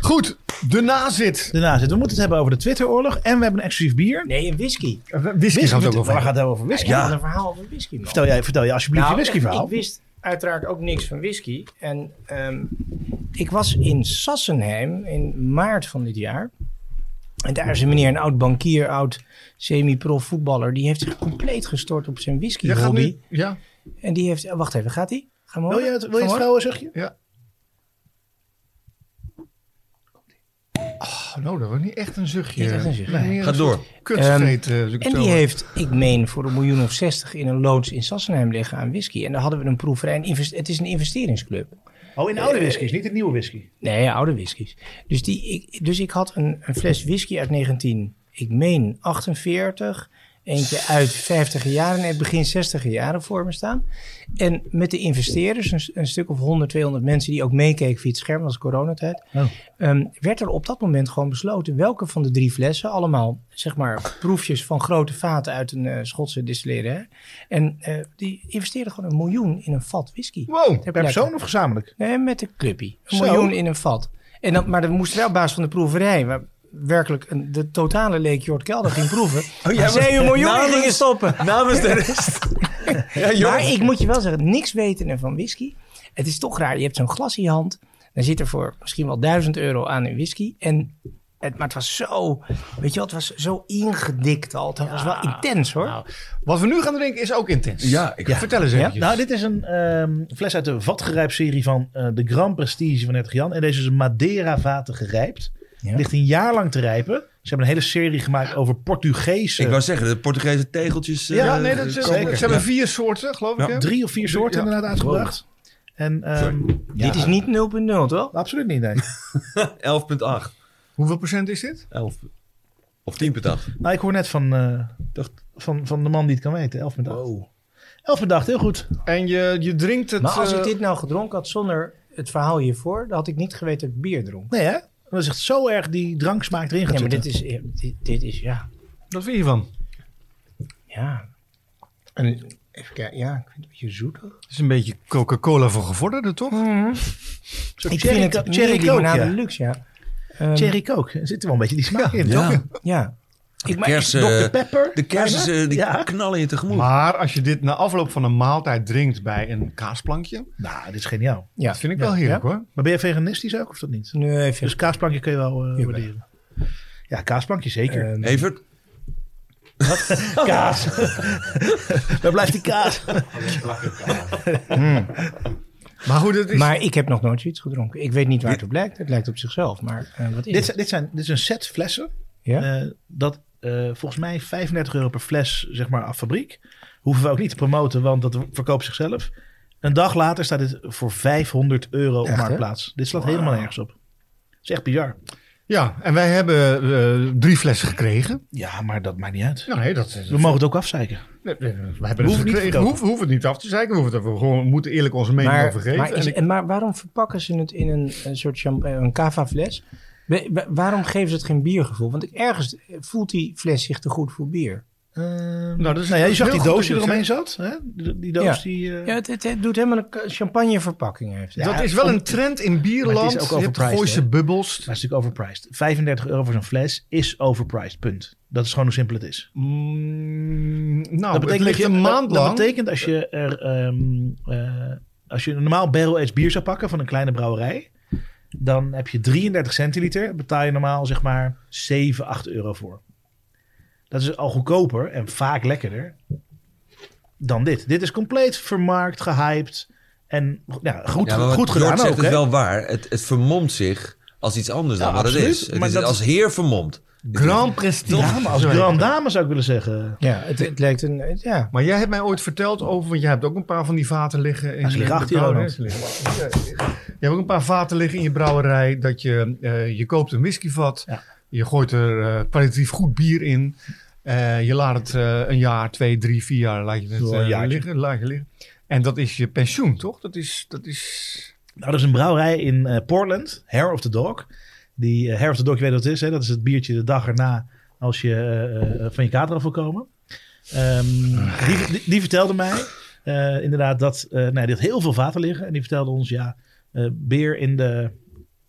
Goed, de nazit. Daarna zitten we moeten het hebben over de Twitteroorlog. En we hebben een exclusief bier. Nee, een whisky. Whisky gaat het ook over. Waar gaat het nou over whisky? Ja, Ja. ja. een verhaal over whisky. man. Vertel, jij, vertel je alsjeblieft je Nou, whiskyverhaal. Ik wist uiteraard ook niks van whisky. En ehm, ik was in Sassenheim in maart van dit jaar. En daar is een meneer, een oud bankier, oud semi-prof voetballer. Die heeft zich compleet gestort op zijn whisky Jij gaat hobby. nu. Ja. En die heeft... oh, Wacht even, gaat hij? Ga maar Wil je het, wil je het vrouwenzuchtje? ja. Oh, nou, dat was niet echt een zuchtje. Niet echt een zuchtje. Nee, Ga door. Kutvreet, eh, als ik het Ehm, En zo mag. die heeft, ik meen, voor een miljoen of zestig in een loods in Sassenheim liggen aan whisky. En daar hadden we een proeverij. Een invest- het is een investeringsclub. Oh, in oude whiskies, niet in nieuwe whisky. Nee, oude whiskies. Dus, die, ik, dus ik had een, een fles whisky uit 19, ik meen 48. Eentje uit 50 jaren en het begin 60 jaren voor me staan. En met de investeerders, een, s- een stuk of 100, 200 mensen die ook meekeken via het scherm, dat was coronatijd. Oh. ehm, werd er op dat moment gewoon besloten welke van de drie flessen, allemaal zeg maar proefjes van grote vaten uit een eh, Schotse distilleerderij. En eh, die investeerden gewoon een miljoen in een vat whisky. Wow, per Ter persoon plekke. of gezamenlijk? Nee, met een clubpie. Een Zo. miljoen in een vat. En dan, maar dat moest wel op basis van de proeverij. Waar werkelijk een, de totale leek Jort Kelder ging proeven. Oh, jij was- zei een miljoen in Namens- gingen stoppen. Namens de rest. ja, Maar jongens. ik moet je wel zeggen, niks weten van whisky. Het is toch raar. Je hebt zo'n glas in je hand. Daar zit er voor misschien wel duizend euro aan in whisky. En het, maar het was zo, weet je wel, het was zo ingedikt al. Het was wel intens hoor. Nou, Wat we nu gaan drinken is ook intens. Ja, ik- Vertel eens Ja? eventjes. Nou, dit is een ehm, fles uit de vatgerijpserie van eh, de Grand Prestige van 30 Jan. En deze is in Madeira-vaten gerijpt. Ja. Ligt een jaar lang te rijpen. Ze hebben een hele serie gemaakt over Portugese. Ik wou zeggen, de Portugese tegeltjes. eh, ja, nee, dat is, komen- ze hebben Ja. vier soorten, geloof ik. Ja, hè? Drie of vier soorten Ja. inderdaad uitgebracht. En ehm, Sorry. ja, Dit is niet 0.0 toch? Absoluut niet, nee. eh, 11,8. Hoeveel procent is dit? 11. Of 10,8. nou, ik hoor net van, eh, Dacht- van, van de man die het kan weten. 11 met 8. 11 met 8, heel goed. En je, je drinkt het... Maar als eh, ik dit nou gedronken had zonder het verhaal hiervoor, dan had ik niet geweten dat ik bier dronk. Nee hè? Dat is echt zo erg die dranksmaak erin gaat Ja, maar dit zitten. is, eh, dit, dit is ja, Wat vind je van? ja. En even kijken, ja, ik vind het een beetje zoetig. Het is een beetje Coca-Cola voor gevorderden, toch? Hmm. Een soort Ik cherry vind co- het cherry cherry coke, ja. ja. luxe, ja. Ehm, Cherry coke. Er zit wel een beetje die smaak in. Ja. toch? Ja. Ik, maar, Kers, eh, Dr. Pepper. de kersen bijna. eh, die Ja. knallen je tegemoet. Maar als je dit na afloop van een maaltijd drinkt bij een kaasplankje, Nou, dit is geniaal. ja. dat vind ik wel heerlijk hoor. Maar ben je veganistisch ook of dat niet? Nee, even. Dus kaasplankje kun je wel eh, waarderen. Ja, kaasplankje zeker. ehm, Evert, Eh. kaas. Waar blijft die kaas? Maar goed, het is... maar ik heb nog nooit zoiets gedronken. Ik weet niet waar het op lijkt. Het lijkt op zichzelf, maar eh, wat is dit, het? zijn, dit, zijn, dit is een set flessen. Ja? eh, dat eh, volgens mij 35 euro per fles, zeg maar, af fabriek. Hoeven we ook niet te promoten, want dat verkoopt zichzelf. Een dag later staat dit voor 500 euro op Echt, hè? Marktplaats. Dit slaat helemaal nergens op. Het is echt bizar. Ja, en wij hebben eh, drie flessen gekregen. Ja, maar dat maakt niet uit. Ja, nee, dat is... We mogen het ook afzeiken. Nee, nee, nee, We hebben Hoeft het niet te gekregen. verkopen. Hoef, hoef het niet af te zeiken. We, hoeven het, we gewoon, moeten eerlijk onze mening maar, over geven. maar, is- en ik- en maar waarom verpakken ze het in een, een soort champ- eh, een cava fles? We- wa- waarom geven ze het geen biergevoel? Want ik, ergens voelt die fles zich te goed voor bier. nou, dat is, Nou ja, dat je zag is die heel goed doos die dat je eromheen het zat. Hè? Die, die doos Ja. die... eh, Ja, het, het, het doet helemaal een ka- champagne-verpakking. Heeft. het. zegt. dat is wel een trend in Maar bierland. het is ook je hebt overpriced, Gooise hè? bubbels. Maar het is natuurlijk overpriced. 35 euro voor zo'n fles is overpriced, punt. Dat is gewoon hoe simpel het is. Mm, nou, dat het betekent ligt dat je een dat- maand dat, lang. betekent als je er ehm, eh, als je een normaal barrel aged bier zou pakken van een kleine brouwerij, dan heb je 33 centiliter, betaal je normaal zeg maar 7, 8 euro voor. Dat is al goedkoper en vaak lekkerder dan dit. Dit is compleet vermarkt, gehyped en ja, goed, maar wat goed Jort gedaan zegt ook. het hè? wel waar. Het, het vermomt zich als iets anders dan Ja, wat absoluut, het is. Het maar is dat- als heer vermomd. Grand Prestige. Ja, maar als Zo heet grand het. dame zou ik willen zeggen. Ja, het, het lijkt een... het- Ja. Maar jij hebt mij ooit verteld over, want jij hebt ook een paar van die vaten liggen. In Ja, ze liggen de achter je, brouwerij. Ronald. Ja, Je hebt ook een paar vaten liggen in je brouwerij. Dat je, eh, je koopt een whiskyvat. Ja. Je gooit er eh, kwalitatief goed bier in. eh, je laat het eh, een jaar, twee, drie, vier jaar laat je het, Wel een eh, jaartje. liggen, laat je liggen. En dat is je pensioen, toch? Dat is, dat is... Nou, er is een brouwerij in eh, Portland, Hair of the Dog. Die eh, Hair of the Dog, je weet wat het is, hè? dat is het biertje de dag erna als je eh, eh, van je kater af wil komen. Ehm, die, die, die vertelde mij eh, inderdaad dat, eh nou, die had heel veel vaten liggen. En die vertelde ons, ja, eh, beer in de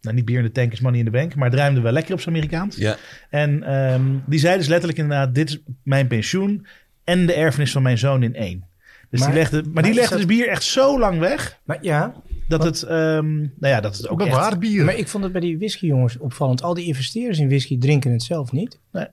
Nou, niet bier in de tank is money in the bank, maar het ruimde wel lekker op zijn Amerikaans. Ja. En ehm, die zei dus letterlijk inderdaad, dit is mijn pensioen en de erfenis van mijn zoon in één. Dus Maar- die legde, maar, maar die is legde dat- dus bier echt zo lang weg, Maar ja, dat het, ehm, nou ja, dat het ook Ook een echt- waar bier. maar ik vond het bij die whiskyjongens opvallend. Al die investeerders in whisky drinken het zelf niet. Nee.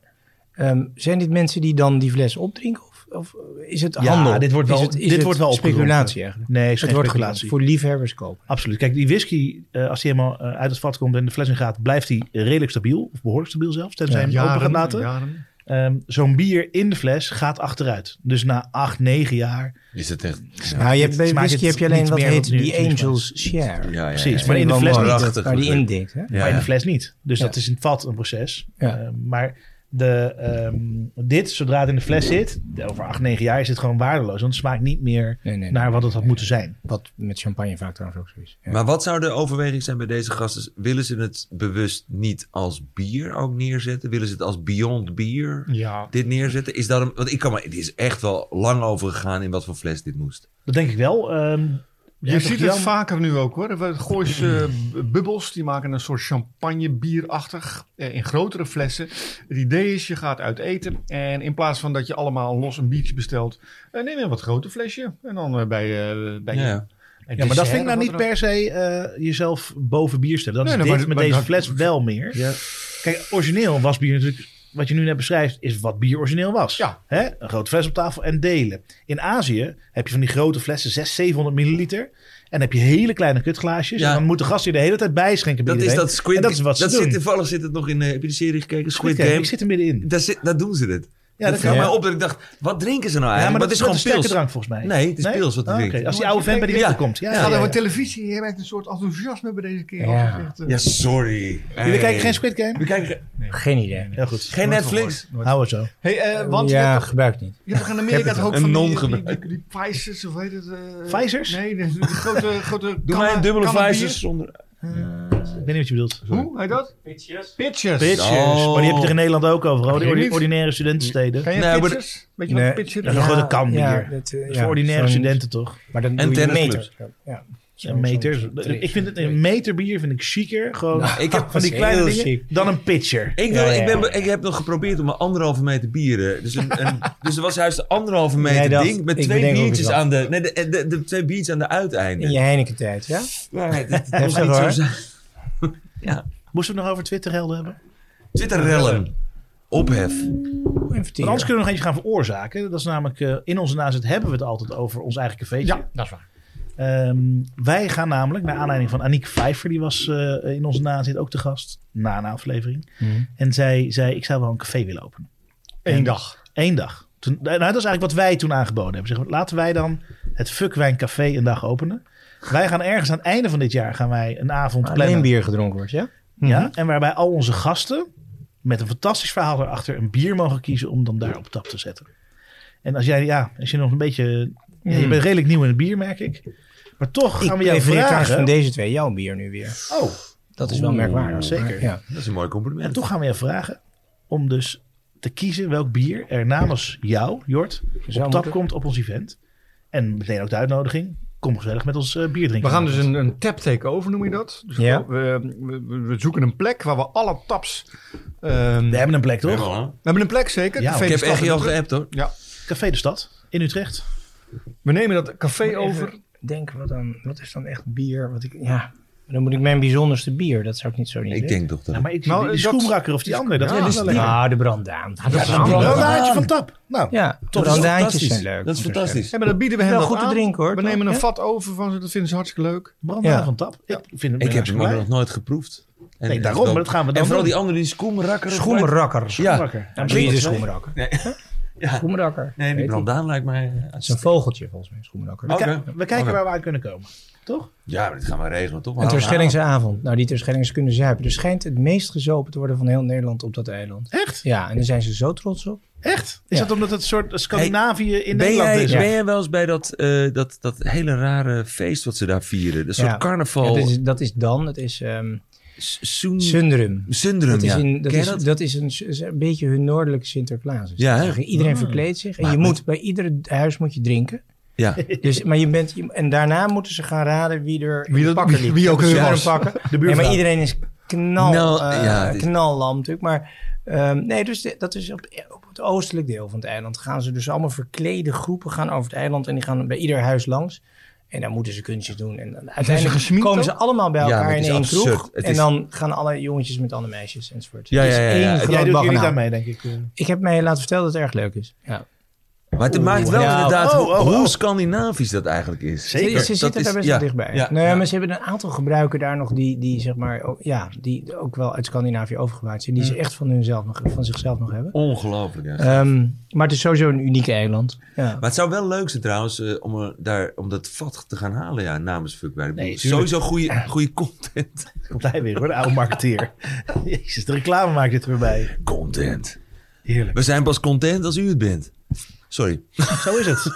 Ehm, zijn dit mensen die dan die fles opdrinken? Of, of is het Ja, handel? dit wordt wel- is het, is dit het wordt wel opgedronken. speculatie eigenlijk. Nee, het is Het geen wordt speculatie. gedaan voor liefhebbers kopen. Absoluut. Kijk, die whisky, eh, als die helemaal eh, uit het vat komt en de fles in gaat, blijft die redelijk stabiel. Of behoorlijk stabiel zelfs, tenzij je hem open gaat laten. jaren. Ehm, Zo'n bier in de fles gaat achteruit. Dus na acht, negen jaar. Is het echt... nou, je dit hebt, bij smaakt whisky het heb je alleen niet wat meer heet wat nu- die nu Angels Share. Ja, ja, Precies, ja. maar in de Wel fles mooi, niet. dat- Waar die Prachtig. indikt, hè? Ja, Maar in de ja. fles niet. Dus Ja. dat is in het vat een proces. Ja. Ehm, maar de, ehm, dit, zodra het in de fles zit, over acht, negen jaar is het gewoon waardeloos. Want het smaakt niet meer Nee, nee, naar nee. wat het had moeten zijn. Wat met champagne vaak trouwens ook zo is. Ja. Maar wat zou de overweging zijn bij deze gasten? Willen ze het bewust niet als bier ook neerzetten? Willen ze het als Beyond Bier Ja. dit neerzetten? Is dat een, want ik kan maar, het is echt wel lang over gegaan in wat voor fles dit moest. Dat denk ik wel. Ehm, Je Hertog ziet het Jan- vaker nu ook hoor. We- Gooise eh, bubbels, die maken een soort champagnebierachtig eh, in grotere flessen. Het idee is, je gaat uit eten en in plaats van dat je allemaal los een biertje bestelt, eh, neem een wat groter flesje. En dan eh, bij, eh, bij je... Ja. Ja, maar dat vind ik nou wat niet dan ook. per se eh, jezelf boven bier stellen. Dat Nee, is nee, dit maar- met maar deze dat- fles wel meer. Ja. Kijk, origineel was bier natuurlijk... Wat je nu net beschrijft, is wat bier origineel was. Ja. Hè? Een grote fles op tafel en delen. In Azië heb je van die grote flessen, 600, 700 milliliter. En heb je hele kleine kutglaasjes. Ja. En dan moet de gast je de hele tijd bijschenken. bij Dat is iedereen. dat Squid En dat is wat ze dat doen. zit toevallig zit het nog in. eh, heb je de serie gekeken? Squid, Squid Game, Game. Ik zit er middenin. Daar, zit, daar doen ze dit. Ja, dat dat viel kan. mij op dat ik dacht: wat drinken ze nou Ja, maar eigenlijk? dat is gewoon een sterke drank volgens mij. Nee, het is pils wat hij Ah, drinkt. oké. Als die oude fan bij die Ja. winkel komt. Ja, Ja, ja, gaat ja, over ja. televisie. Je bent een soort enthousiasme bij deze keer. Ja. Dat is echt, eh, Ja, sorry. Jullie kijken geen Squid Squid Game? We kijken geen- Geen idee. Heel goed. geen nooit Netflix. gehoord. Nooit. Hou het zo. Hey, eh, want je ja, hebt toch- gebruikt niet. je hebt toch in Amerika toch ook Een van non die, die, die, gebruikt. die Pfizer's of weet het? eh, Pfizer's? Nee, de, de grote, grote Doe mij een dubbele vijzers zonder. Ik weet niet wat je bedoelt. Hoe heet dat? Pitchers. Pitchers. Pitchers. Oh. Maar die heb je er in Nederland ook over. hoor. Weet Die ik ordi- niet. ordinaire studentensteden. Ken je Nee, maar pitchers? Weet je Nee. wat pitcher Ja, is? Een grote kan bier. dat, eh, Dat is ja, voor ordinaire zo'n- studenten toch? Maar dan En doe je een tennisclubs. meter. Ja. Een meter. Ik vind het, een meter bier vind ik chiquer. Gewoon Ik heb van die is kleine heel dingen. chic. Dan een pitcher. Ik, wil, Ja, ja, Ik, ben, ja. be- ik heb nog geprobeerd om een anderhalve meter bieren. Dus, een, een- dus er was juist een anderhalve meter Jij dacht, ding met ik twee bedenk ook biertjes iets. aan de, nee, de, de, de, twee biertjes aan de uiteinden. In je Heineken tijd, ja? Ja, het- het moest Heftig, niet zo hoor. zijn. Moesten we het nog over Twitter helden hebben? Want Twitter rellen. Ophef. En anders kunnen we nog eentje gaan veroorzaken. Dat is namelijk, eh, in onze nazet hebben we het altijd over ons eigen cafeetje. Ja, dat is waar. Ehm, wij gaan namelijk, naar aanleiding van Aniek Vijver, die was eh, in onze nazit ook te gast, na een aflevering. En zij zei, ik zou wel een café willen openen. Mhm. Eén dag. Eén dag. Toen, nou, dat is eigenlijk wat wij toen aangeboden hebben. Zeggen, we, laten wij dan het Fuckwijn Café een dag openen. Wij gaan ergens aan het einde van dit jaar gaan wij een avond Ah, Alleen plannen. bier gedronken wordt, ja? Ja, Mhm. en waarbij al onze gasten met een fantastisch verhaal erachter een bier mogen kiezen om dan daar op tap te zetten. En als jij, ja, als je nog een beetje, ja, Mhm. je bent redelijk nieuw in het bier, merk ik. Maar toch gaan ik we jou prefereer trouwens van vragen. deze twee jouw bier nu weer. Oh, Dat is wel merkwaardig. maar zeker. Ja. Dat is een mooi en compliment. toch gaan we jou vragen om dus te kiezen welk bier er namens jou, Jort, Zou op tap moeten. komt op ons event. En meteen ook de uitnodiging. Kom gezellig met ons eh, bier drinken. We gaan dus een, een tap takeover, noem je dat? Dus Ja. we, we- we- we zoeken een plek waar we alle taps... ehm, We hebben een plek, Ja, toch? man. We hebben een plek zeker. Ja, Café Ik heb de Stad echt al in Utrecht. geappt hoor. Café de Stad in Utrecht. We nemen dat café Even over. Denken, wat, dan, wat is dan echt bier? Wat ik, ja, dan moet ik mijn bijzonderste bier. Dat zou ik niet zo niet Ik denk toch dat. Nou, maar ik, Nou, die, die dat- Schoenbrakker of die andere, dat Ja, is dat is wel die- lekker. Ah, de brandaan. Ja, de Een brandaan. raadje van tap. Nou, Ja, Toch, dat is brandaantjes fantastisch. zijn leuk. Dat moet is ik zeggen. fantastisch. Ja, maar dat bieden we hen Wel dat goed te aan. drinken, hoor, We toch? nemen een Ja. vat over van ze. Dat vinden ze hartstikke leuk. brandhaar Ja. van tap. Ik vind het Ik heb ze hem ook nog nooit geproefd. En Nee, ik daarom, ook- maar dat gaan we dan En vooral doen. die andere, die schoenrakker. of wat? Schoenrakker. Ja. Dan ben je de Schoenbrakker. schoenrakker. Nee. Ja. Schoenrakker. Nee, die Weet ik. brandaan lijkt mij... Het is een vogeltje volgens mij, schoenrakker. We, Oké. ki- we kijken Oké. waar we aan kunnen komen. Toch? Ja, maar dit gaan we regelen, toch? Een Hou- Terschellingse avond. Nou, die Terschellingers kunnen zuipen. Er schijnt het meest gezopen te worden van heel Nederland op dat eiland. Echt? Ja, en daar zijn ze zo trots op. Echt? Is Ja. dat omdat het een soort Scandinavië in Ben Nederland dus, jij, is? ben jij wel eens bij dat, eh, dat, dat hele rare feest wat ze daar vieren? Dat soort Ja. carnaval. Ja, dat, is, dat is dan, dat is ehm S- Soen- Sundrum. Sundrum, Dat is, ja. in, dat Ken je is, dat? is een, is een beetje hun noordelijke Sinterklaas. is Ja, dat. hè? Ah. Iedereen verkleedt zich. En Maar je met- moet, bij ieder huis moet je drinken. Ja. Dus, maar je bent, je- en daarna moeten ze gaan raden wie er Wie dat- pakken wie- liep. wie ook Dus hun daar was. een pakken. De Nee, buurvrouw. maar iedereen is knal, Nou, eh, ja, dit- knallam natuurlijk. Maar ehm, nee, dus de- dat is op, op het oostelijk deel van het eiland. Gaan ze dus allemaal verklede groepen gaan over het eiland. En die gaan bij ieder huis langs. En daar moeten ze kunstjes doen. En dan uiteindelijk gesminkt komen ook? ze allemaal bij Ja, elkaar maar het in is één absurd. kroeg. Het en is- dan gaan alle jongetjes met alle meisjes enzovoort. Ja, Het is ja, ja, één ja. groot Jij doet hier niet baggernaal. aan mee, denk ik. eh. Ik heb mij laten vertellen dat het erg leuk is. Ja. Maar het Oeh, maakt wel ja. inderdaad Oh, hoe- oh, oh. hoe Scandinavisch dat eigenlijk is. Zeker. Ze, ze Dat zitten is- daar best ja, wel dichtbij. ja, nee, ja. Maar ze hebben een aantal gebruiken daar nog die, die, zeg maar, ook, ja, die ook wel uit Scandinavië overgewaaid zijn. Die ze echt van, hunzelf nog, van zichzelf nog hebben. Ongelooflijk, ja. Ehm, maar het is sowieso een uniek eiland. Ja. Eh. Maar het zou wel leuk zijn trouwens eh, om, er daar, om dat vat te gaan halen ja, namens Fuckbij. Nee, tuurlijk. sowieso goede, goede content. Komt hij weer hoor, de oude marketeer. Jezus, de reclame maakt dit weer bij. Content. Heerlijk. We zijn pas content als u het bent. Sorry. Zo is het.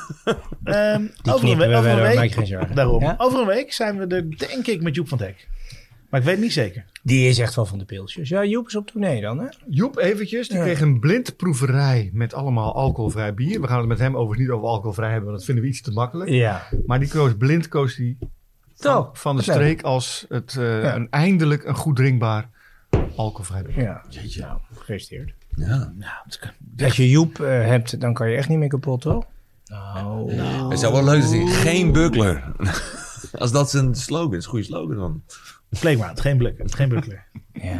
Ehm, Die over een, knippen we- we over wel, een maak week. je geen zorgen. Daarom. Ja? Over een week zijn we er, denk ik, met Joep van het Hek. Maar ik weet niet zeker. Die is echt wel van de pilsjes. Ja, Joep is op tournee dan, hè? Joep, eventjes. Die Ja. kreeg een blindproeverij met allemaal alcoholvrij bier. We gaan het met hem overigens niet over alcoholvrij hebben, want dat vinden we iets te makkelijk. Ja. Maar die koos blind, koos die van, Oh, van de wat leuk. streek als het, eh, Ja. een, eindelijk een goed drinkbaar alcoholvrij bier. Ja. Nou, gefeliciteerd. Ja. Nou, het kan- Als je Joep eh, hebt, dan kan je echt niet meer kapot, toch? Nou, Het zou wel leuk zijn. Geen buckler. als dat zijn slogan is. Goede slogan dan. Playground, geen blukker. Geen blukker. Ja.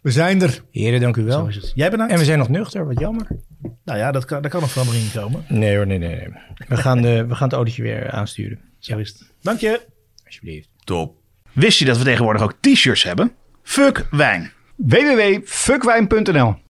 We zijn er. Heren, dank u Zo wel. is het. Jij bedankt. Oh. En we zijn nog nuchter, wat jammer. Nou ja, dat kan, daar kan een verandering in komen. Nee hoor, nee, nee. nee. We, gaan de, we gaan het autootje weer aansturen. Zo is het. Dank je. Alsjeblieft. Top. Wist je dat we tegenwoordig ook t-shirts hebben? Fuck wijn. www.fuckwijn.nl